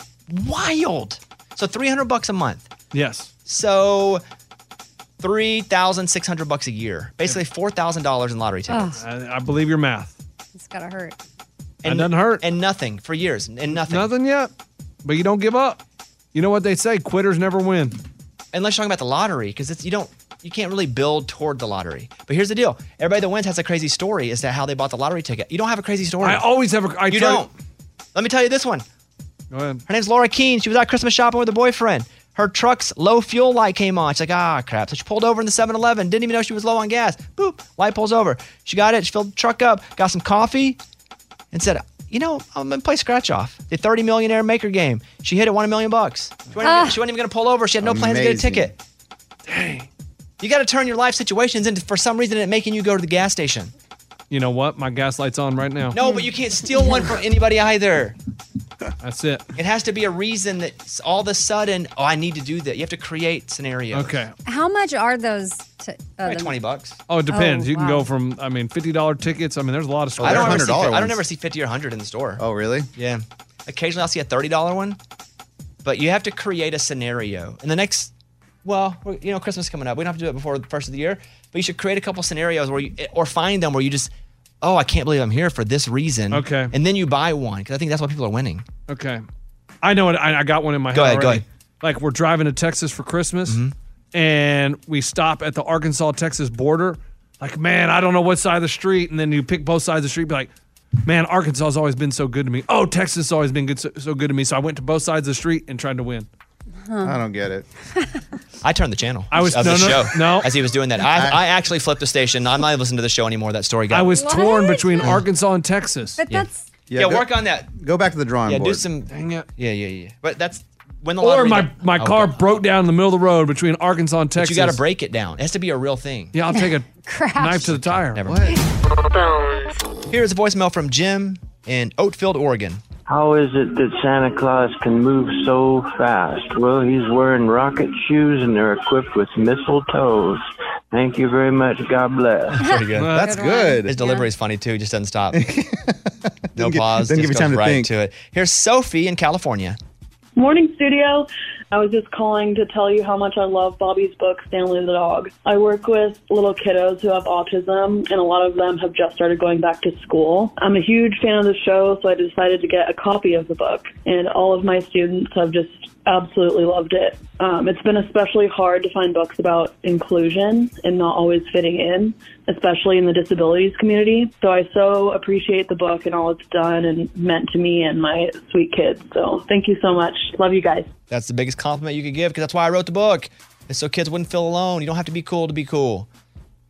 Speaker 4: wild. So 300 bucks a month.
Speaker 8: Yes.
Speaker 4: So 3,600 bucks a year. Basically $4,000 in lottery tickets.
Speaker 8: I, I believe your math.
Speaker 7: It's gotta hurt.
Speaker 4: And
Speaker 8: doesn't hurt.
Speaker 4: And nothing for years. And nothing.
Speaker 8: Nothing yet. But you don't give up. You know what they say? Quitters never win.
Speaker 4: Unless you're talking about the lottery because it's you don't you can't really build toward the lottery. But here's the deal. Everybody that wins has a crazy story as to how they bought the lottery ticket. You don't have a crazy story.
Speaker 8: I always have a. I
Speaker 4: you
Speaker 8: try-
Speaker 4: don't. Let me tell you this one.
Speaker 8: Go ahead.
Speaker 4: Her name's Laura Keene. She was out Christmas shopping with her boyfriend. Her truck's low fuel light came on. She's like, ah, crap. So she pulled over in the 7 Eleven. Didn't even know she was low on gas. Boop. Light pulls over. She got it. She filled the truck up, got some coffee, and said, you know, I'm going to play scratch off. The 30 millionaire maker game. She hit it, won a million bucks. She wasn't,
Speaker 10: Ah.
Speaker 4: even, she wasn't even going to pull over. She had no plans to get a
Speaker 10: Amazing.
Speaker 4: ticket. Dang. You got to turn your life situations into, for some reason, it making you go to the gas station.
Speaker 8: You know what? My gaslight's on right now.
Speaker 4: No, but you can't steal one from anybody either.
Speaker 8: That's it.
Speaker 4: It has to be a reason that s- all of a sudden, oh, I need to do that. You have to create scenarios.
Speaker 8: Okay.
Speaker 7: How much are those? To, uh,
Speaker 4: Probably
Speaker 7: the-
Speaker 4: 20 bucks.
Speaker 8: Oh, it depends.
Speaker 7: Oh,
Speaker 8: you can
Speaker 7: wow.
Speaker 8: go from, I mean, $50 tickets. I mean, there's a lot of stores.
Speaker 4: I don't, ever see, fi- I don't ever see 50 or 100 in the store.
Speaker 6: Oh, really?
Speaker 4: Yeah. Occasionally I'll see a $30 one, but you have to create a scenario. And the next, well, we- you know, Christmas coming up. We don't have to do it before the first of the year, but you should create a couple scenarios where you, eh, or find them where you just, oh, I can't believe I'm here for this reason. Okay. And then you buy one because I think that's why people are winning.
Speaker 8: Okay. I know it. I, I got one in my
Speaker 4: Go
Speaker 8: head.
Speaker 4: ahead, go
Speaker 8: already.
Speaker 4: ahead. Mm-hmm.
Speaker 8: Like we're driving to Texas for Christmas, and we stop at the Arkansas Texas border. Like, man, I don't know what side of the street, and then you pick both sides of the street. Be like, man, Arkansas has always been so good to me. Oh, Texas has always been good, so, so good to me. So I went to both sides of the street and tried to win.
Speaker 6: I don't get it.
Speaker 4: I turned the channel.
Speaker 8: I was-
Speaker 4: of
Speaker 8: no,
Speaker 4: the
Speaker 8: no,
Speaker 4: show
Speaker 8: no.
Speaker 4: as he was doing that. I, I, actually flipped the station. I'm not even listening to the show anymore. That story got.
Speaker 8: I was
Speaker 4: me.
Speaker 8: torn between Arkansas and Texas.
Speaker 7: But that's
Speaker 4: Yeah, work on that.
Speaker 6: Go back to the drawing
Speaker 4: Yeah, do
Speaker 6: board.
Speaker 4: some.
Speaker 8: Dang it.
Speaker 4: Yeah, yeah, yeah. But that's when the
Speaker 8: Or
Speaker 4: lottery
Speaker 8: my,
Speaker 4: don't-
Speaker 8: my
Speaker 4: Oh,
Speaker 8: car
Speaker 4: God.
Speaker 8: broke down in the middle of the road between Arkansas and
Speaker 4: But
Speaker 8: Texas.
Speaker 4: you got to break it down. It has to be a real thing.
Speaker 8: Yeah, I'll take a knife to the tire.
Speaker 4: Never Here's a voicemail from Jim in Oatfield, Oregon.
Speaker 13: How is it that Santa Claus can move so fast? Well, he's wearing rocket shoes and they're equipped with mistletoes. Thank you very much. God bless.
Speaker 4: Pretty good.
Speaker 13: That's Good one. good.
Speaker 4: His delivery is funny too. He just doesn't stop. no
Speaker 6: give-
Speaker 4: pause. just
Speaker 6: doesn't give you
Speaker 4: goes
Speaker 6: time to
Speaker 4: right
Speaker 6: think.
Speaker 4: to it. Here's Sophie in California.
Speaker 14: Morning, studio. I was just calling to tell you how much I love Bobby's book, Stanley the Dog. I work with little kiddos who have autism, and a lot of them have just started going back to school. I'm a huge fan of the show, so I decided to get a copy of the book, and all of my students have just absolutely loved it. Um, it's been especially hard to find books about inclusion and not always fitting in, especially in the disabilities community. So I so appreciate the book and all it's done and meant to me and my sweet kids. So thank you so much. Love you guys.
Speaker 4: That's the biggest compliment you could give because that's why I wrote the book. It's so kids wouldn't feel alone. You don't have to be cool to be cool.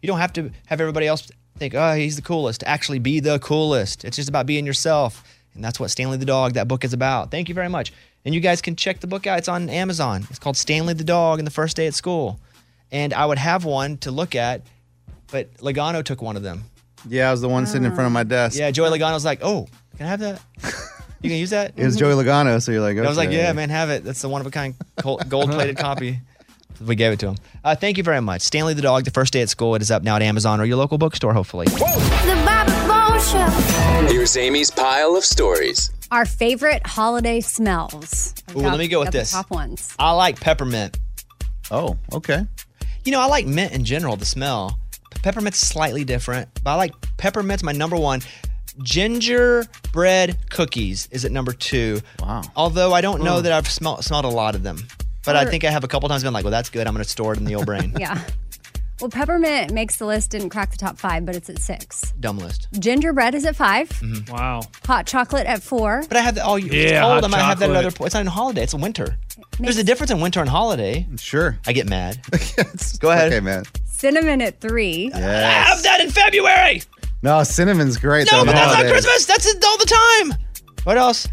Speaker 4: You don't have to have everybody else think, oh, he's the coolest. Actually, be the coolest. It's just about being yourself. And that's what Stanley the Dog, that book is about. Thank you very much. And you guys can check the book out. It's on Amazon. It's called Stanley the Dog and the First Day at School. And I would have one to look at, but Logano took one of them.
Speaker 6: Yeah, I was the one sitting in front of my desk.
Speaker 4: Yeah, Joey Logano's like, oh, can I have that? You can use that?
Speaker 6: It was Joey Logano, so you're like,
Speaker 4: And I was like,
Speaker 6: okay.
Speaker 4: yeah, man, have it. That's the one of a kind gold plated copy. We gave it to him. Uh, thank you very much. Stanley the Dog, the first day at school. It is up now at Amazon or your local bookstore, hopefully.
Speaker 7: The Bobby Bones Show.
Speaker 11: Here's Amy's pile of stories.
Speaker 7: Our favorite holiday smells. I've
Speaker 4: Ooh,
Speaker 7: got-
Speaker 4: let me go with
Speaker 7: got the
Speaker 4: this.
Speaker 7: Top ones.
Speaker 4: I like peppermint.
Speaker 6: Oh, okay.
Speaker 4: You know, I like mint in general, the smell. P- Peppermint's slightly different, but I like peppermint's my number one. Gingerbread cookies is at number two. Wow. Although I don't know
Speaker 7: Mm.
Speaker 4: that I've smelled smelled a lot of them, but I
Speaker 7: Or-
Speaker 4: think I have a couple times been like, well, that's good. I'm going to store it in the old brain.
Speaker 7: Yeah. Well, peppermint makes the list. Didn't crack the top five, but it's at six.
Speaker 4: Dumb list.
Speaker 7: Gingerbread is at five.
Speaker 4: Mm-hmm.
Speaker 8: Wow.
Speaker 7: Hot chocolate at four.
Speaker 4: But I have that all year.
Speaker 7: Yeah,
Speaker 4: it's cold.
Speaker 7: hot
Speaker 4: I might have that
Speaker 7: chocolate.
Speaker 4: another. po- It's not even holiday. It's winter. There's a difference in winter and holiday.
Speaker 6: Sure.
Speaker 4: I get mad. Go ahead. Okay,
Speaker 6: man.
Speaker 7: Cinnamon at three.
Speaker 6: Yes.
Speaker 4: have that in February.
Speaker 6: No, cinnamon's great.
Speaker 4: No,
Speaker 6: though,
Speaker 4: but that's not
Speaker 6: nowadays.
Speaker 4: Christmas. That's it all the time. What else?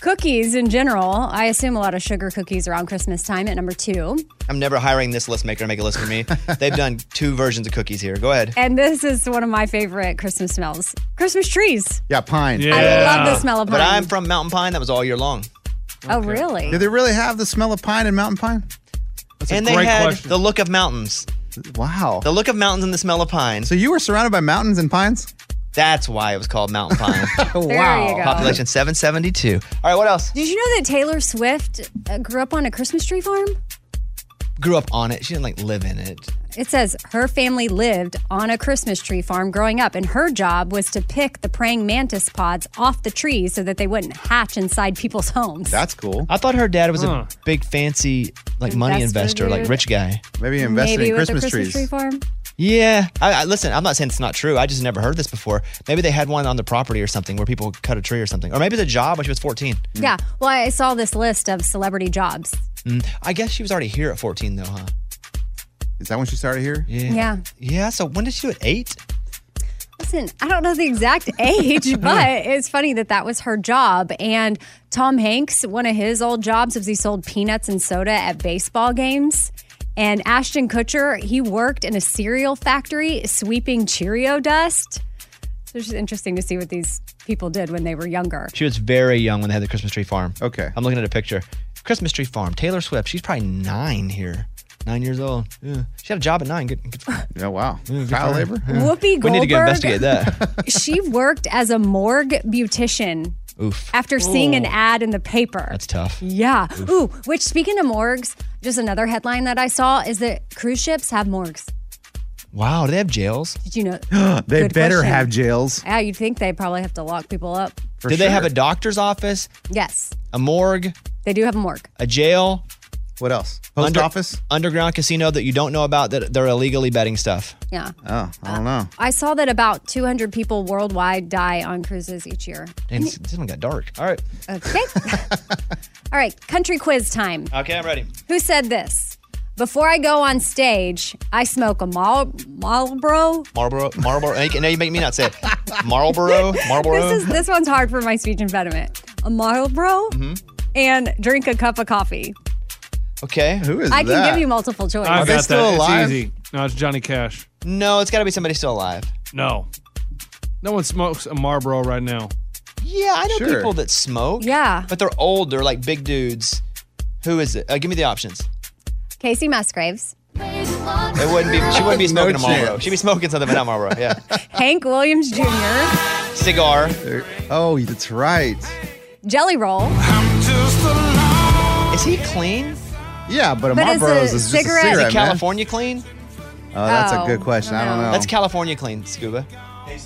Speaker 7: Cookies in general. I assume a lot of sugar cookies around Christmas time at number two.
Speaker 4: I'm never hiring this list maker to make a list for me. They've done two versions of cookies here. Go ahead.
Speaker 7: And this is one of my favorite Christmas smells. Christmas trees.
Speaker 6: Yeah, pine.
Speaker 7: I love the smell of
Speaker 4: But
Speaker 7: pine.
Speaker 4: I'm from Mountain Pine. That was all year long.
Speaker 7: Oh, really?
Speaker 6: Do they really have the smell of pine in Mountain Pine? a
Speaker 4: and they
Speaker 6: great
Speaker 4: had
Speaker 6: question.
Speaker 4: the look of mountains.
Speaker 6: Wow.
Speaker 4: The look of mountains and the smell of pine. So
Speaker 6: you were surrounded by mountains and pines?
Speaker 4: That's why it was called Mountain Pine.
Speaker 7: There you go.
Speaker 4: Population 772. All right, what else?
Speaker 7: Did you know that Taylor Swift uh, grew up on a Christmas tree farm?
Speaker 4: Grew up on it. She didn't like live in it.
Speaker 7: It says her family lived on a Christmas tree farm growing up, and her job was to pick the praying mantis pods off the trees so that they wouldn't hatch inside people's homes.
Speaker 6: That's cool.
Speaker 4: I thought her dad was
Speaker 7: Huh.
Speaker 4: a big fancy like money
Speaker 7: Investor
Speaker 4: investor, like
Speaker 7: dude.
Speaker 4: rich guy.
Speaker 6: Maybe he
Speaker 7: Maybe with a Christmas tree farm.
Speaker 4: Yeah. I, I, listen, I'm not saying it's not true. I just never heard this before. Maybe they had one on the property or something where Mm. people cut a tree or something. Or maybe it's a job when she was 14.
Speaker 7: Yeah. Well, I saw this list of celebrity jobs
Speaker 4: Mm, I guess she was already here at 14, though, huh?
Speaker 6: Is that when she started here?
Speaker 4: Yeah.
Speaker 7: Yeah.
Speaker 4: Yeah. So when did she do it? Eight?
Speaker 7: Listen, I don't know the exact age, but it's funny that that was her job. And Tom Hanks, one of his old jobs was he sold peanuts and soda at baseball games. And Ashton Kutcher, he worked in a cereal factory sweeping Cheerio dust. So it's just interesting to see what these people did when they were younger.
Speaker 4: She was very young when they had the Christmas tree farm.
Speaker 6: Okay.
Speaker 4: I'm looking at a picture. Christmas tree farm. Taylor Swift. She's probably nine here. Nine years old. Yeah. She had a job at nine. Good. good for her.
Speaker 6: Yeah, Oh, wow.
Speaker 4: Child labor?
Speaker 7: Whoopi Goldberg.
Speaker 4: We need to go investigate that.
Speaker 7: she worked as a morgue beautician
Speaker 4: Oof.
Speaker 7: after seeing an
Speaker 4: Ooh.
Speaker 7: ad in the paper.
Speaker 4: That's tough.
Speaker 7: Yeah.
Speaker 4: Oof.
Speaker 7: Ooh, which speaking of morgues, just another headline that I saw is that cruise ships have morgues.
Speaker 4: Wow. Do they have jails?
Speaker 7: Did you know?
Speaker 6: they
Speaker 7: Good
Speaker 6: better
Speaker 7: question.
Speaker 6: have jails.
Speaker 7: Yeah, you'd think they probably have to lock people up.
Speaker 4: do they have a doctor's office,
Speaker 7: Yes,
Speaker 4: a morgue,
Speaker 7: they do have a morgue.
Speaker 4: a jail?
Speaker 6: What else? Post office?
Speaker 4: Underground casino that you don't know about that they're illegally betting stuff.
Speaker 7: Yeah.
Speaker 6: Oh, I don't know.
Speaker 7: I saw that about 200 people worldwide die on cruises each year.
Speaker 4: Dang, this this one got dark. All right.
Speaker 7: Okay. All right, country quiz time.
Speaker 4: Okay, I'm ready.
Speaker 7: Who said this? Before I go on stage, I smoke a Marl- Marlboro.
Speaker 4: Marlboro, Marlboro. and you- now you make me not say it. Marlboro, Marlboro.
Speaker 7: This is this one's hard for my speech impediment. A Marlboro
Speaker 4: Mhm.
Speaker 7: and drink a cup of coffee.
Speaker 4: Okay.
Speaker 6: Who
Speaker 7: I can give you multiple choice.
Speaker 8: I got that. It's easy. No, it's Johnny Cash.
Speaker 4: No, it's got to be somebody still alive.
Speaker 8: No. No one smokes a Marlboro right now.
Speaker 4: Yeah, I know
Speaker 8: Sure.
Speaker 4: people that smoke.
Speaker 7: Yeah.
Speaker 4: But they're older, like big dudes. Who is it? Uh, give me the options.
Speaker 7: Casey Musgraves,
Speaker 4: It wouldn't be. She wouldn't be
Speaker 6: No
Speaker 4: smoking a Marlboro.
Speaker 6: chance.
Speaker 4: She'd be smoking something, but not Marlboro. Yeah.
Speaker 7: Hank Williams Jr.,
Speaker 4: Cigar.
Speaker 6: Oh, that's right.
Speaker 7: Jelly Roll.
Speaker 4: Is he clean?
Speaker 6: Yeah, but a
Speaker 7: But is
Speaker 6: Marlboro's
Speaker 7: a
Speaker 6: is just a
Speaker 7: cigarette-
Speaker 6: cigarette.
Speaker 4: Is he
Speaker 6: man.
Speaker 4: California clean?
Speaker 6: Oh, that's a good question. I don't know.
Speaker 4: That's California clean, Scuba.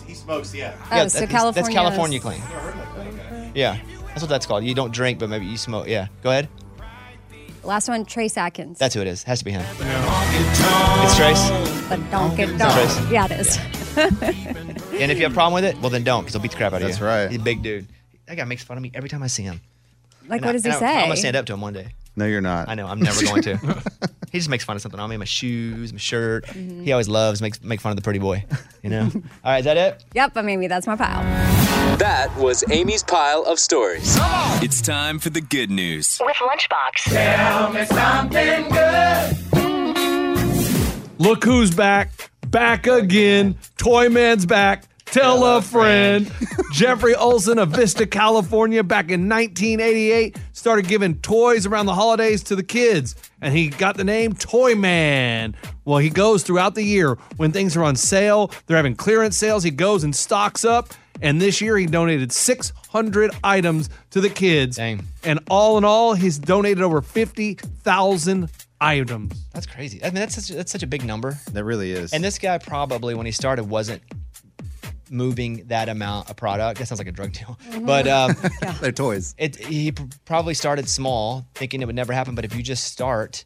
Speaker 12: He smokes, yeah.
Speaker 7: Oh,
Speaker 4: yeah,
Speaker 7: so
Speaker 4: that- That's
Speaker 7: California's-
Speaker 4: California clean. Yeah. That's what that's called. You don't drink, but maybe you smoke. Yeah. Go ahead.
Speaker 7: Last one, Trace Atkins.
Speaker 4: That's who it is. Has to be him. It's Trace.
Speaker 7: But don't get
Speaker 4: Trace.
Speaker 7: done. Yeah, it is.
Speaker 4: And if you have a problem with it, well, then don't, because he'll beat the crap out of
Speaker 6: That's
Speaker 4: you.
Speaker 6: right.
Speaker 4: He's a big dude. That guy makes fun of me every time I see him.
Speaker 7: Like,
Speaker 4: And
Speaker 7: what
Speaker 4: I-
Speaker 7: does he
Speaker 4: and I- I'm
Speaker 7: say?
Speaker 4: gonna stand up to him one day.
Speaker 6: No, you're not.
Speaker 4: I know. I'm never going to. he just makes fun of something on me. My shoes, my shirt.
Speaker 7: Mm-hmm.
Speaker 4: He always loves makes make fun of the pretty boy. You know. All right, is that it?
Speaker 7: Yep, I mean, that's my pile.
Speaker 11: That was Amy's pile of stories. It's time for the good news.
Speaker 2: With Lunchbox. Tell me something good.
Speaker 8: Look who's back. Back again. Toyman's back. Tell, a friend. Jeffrey Olson of Vista, California, back in 1988, started giving toys around the holidays to the kids, and he got the name Toyman. Well, he goes throughout the year when things are on sale, they're having clearance sales, he goes and stocks up. And this year, he donated 600 items to the kids. And all in all, he's donated over 50,000 items.
Speaker 4: That's crazy. I mean, that's such, that's such a big number.
Speaker 6: That really is.
Speaker 4: And this guy probably, when he started, wasn't moving that amount of product. That sounds like a drug deal,
Speaker 6: Mhm.
Speaker 4: but um,
Speaker 6: they're toys.
Speaker 4: It, he pr- probably started small, thinking it would never happen. But if you just start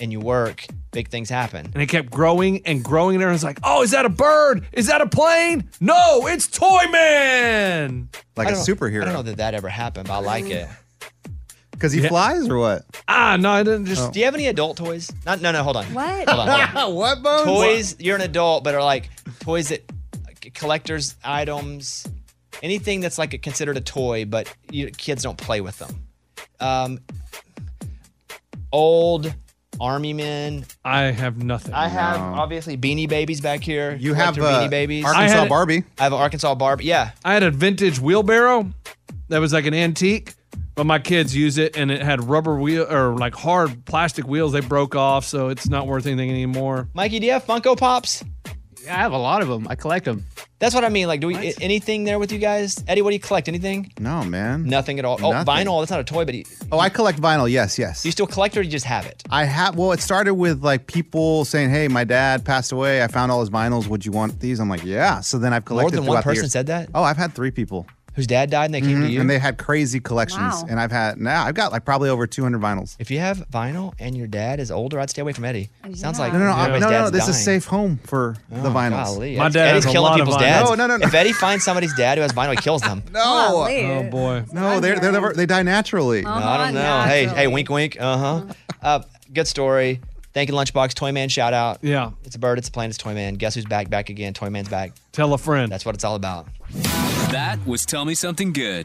Speaker 4: and you work, big things happen.
Speaker 8: and it kept growing and growing. And everyone's like, "Oh, is that a bird? Is that a plane? No, it's Toy Man."
Speaker 6: Like
Speaker 4: I
Speaker 6: a
Speaker 4: don't-
Speaker 6: superhero.
Speaker 4: I don't know that that ever happened, but I like it.
Speaker 6: Because he flies or what?
Speaker 8: Ah, no, I didn't
Speaker 6: Oh.
Speaker 15: Oh,
Speaker 8: just.
Speaker 4: Do you have any adult toys? Not, no, no, hold on.
Speaker 7: What?
Speaker 4: Hold on, hold on.
Speaker 6: what, Bones?
Speaker 4: Oh, toys you're an adult but are like toys that like, collectors items anything that's like considered a toy but you, kids don't play with them um old army men
Speaker 8: i have nothing
Speaker 4: i have
Speaker 6: No.
Speaker 4: obviously beanie babies back here
Speaker 6: You have,
Speaker 4: Collector
Speaker 6: uh,
Speaker 4: beanie babies
Speaker 6: Arkansas I had- Barbie.
Speaker 4: i have an arkansas barbie yeah
Speaker 8: I had a vintage wheelbarrow that was like an antique, but my kids use it, and it had rubber wheel or like hard plastic wheels. They broke off, so it's not worth anything anymore.
Speaker 4: mikey do you have funko pops
Speaker 15: Yeah, I have a lot of them. I collect them.
Speaker 4: that's what i mean like do we anything there with you guys eddie what do you collect anything
Speaker 6: No, man.
Speaker 4: nothing at all oh
Speaker 6: Nothing.
Speaker 4: vinyl that's not a toy but you,
Speaker 6: Oh, I collect vinyl. Yes, yes.
Speaker 4: you still collect or you just have it
Speaker 6: I have. Well, it started with like people saying, "Hey, my dad passed away. I found all his vinyls. Would you want these?" I'm like, "Yeah." So then I've
Speaker 4: more
Speaker 6: collected.
Speaker 4: than one
Speaker 6: throughout the
Speaker 4: person
Speaker 6: years.
Speaker 4: said that
Speaker 6: Oh, I've had three people.
Speaker 4: whose dad died and they came to
Speaker 6: Mhm,
Speaker 4: you
Speaker 6: and they had crazy collections.
Speaker 4: Wow.
Speaker 6: And I've had now I've got like probably over 200 vinyls.
Speaker 4: If you have vinyl and your dad is older, I'd stay away from Eddie. Sounds like
Speaker 6: no, no, no,
Speaker 4: everybody's
Speaker 6: no, no, no.
Speaker 4: dad's
Speaker 6: This is
Speaker 4: dying. Oh,
Speaker 6: safe home for the vinyls.
Speaker 4: Golly, Eddie's- Eddie's killing people's dads.
Speaker 6: No, no, no, no.
Speaker 4: If Eddie finds somebody's dad who has vinyl, he kills them.
Speaker 6: No.
Speaker 4: Golly. Oh, boy.
Speaker 6: No, they're, they're never, they die naturally.
Speaker 4: No, I don't know. Hey, hey, wink, wink. Uh huh. Uh, good story. Thank you, Lunchbox. Toy Man shout out.
Speaker 8: Yeah.
Speaker 4: It's a bird, it's a plane, it's Toy Man. Guess who's back, back again? Toy Man's back.
Speaker 8: Tell a friend.
Speaker 4: That's what it's all about.
Speaker 11: That was Tell Me Something Good.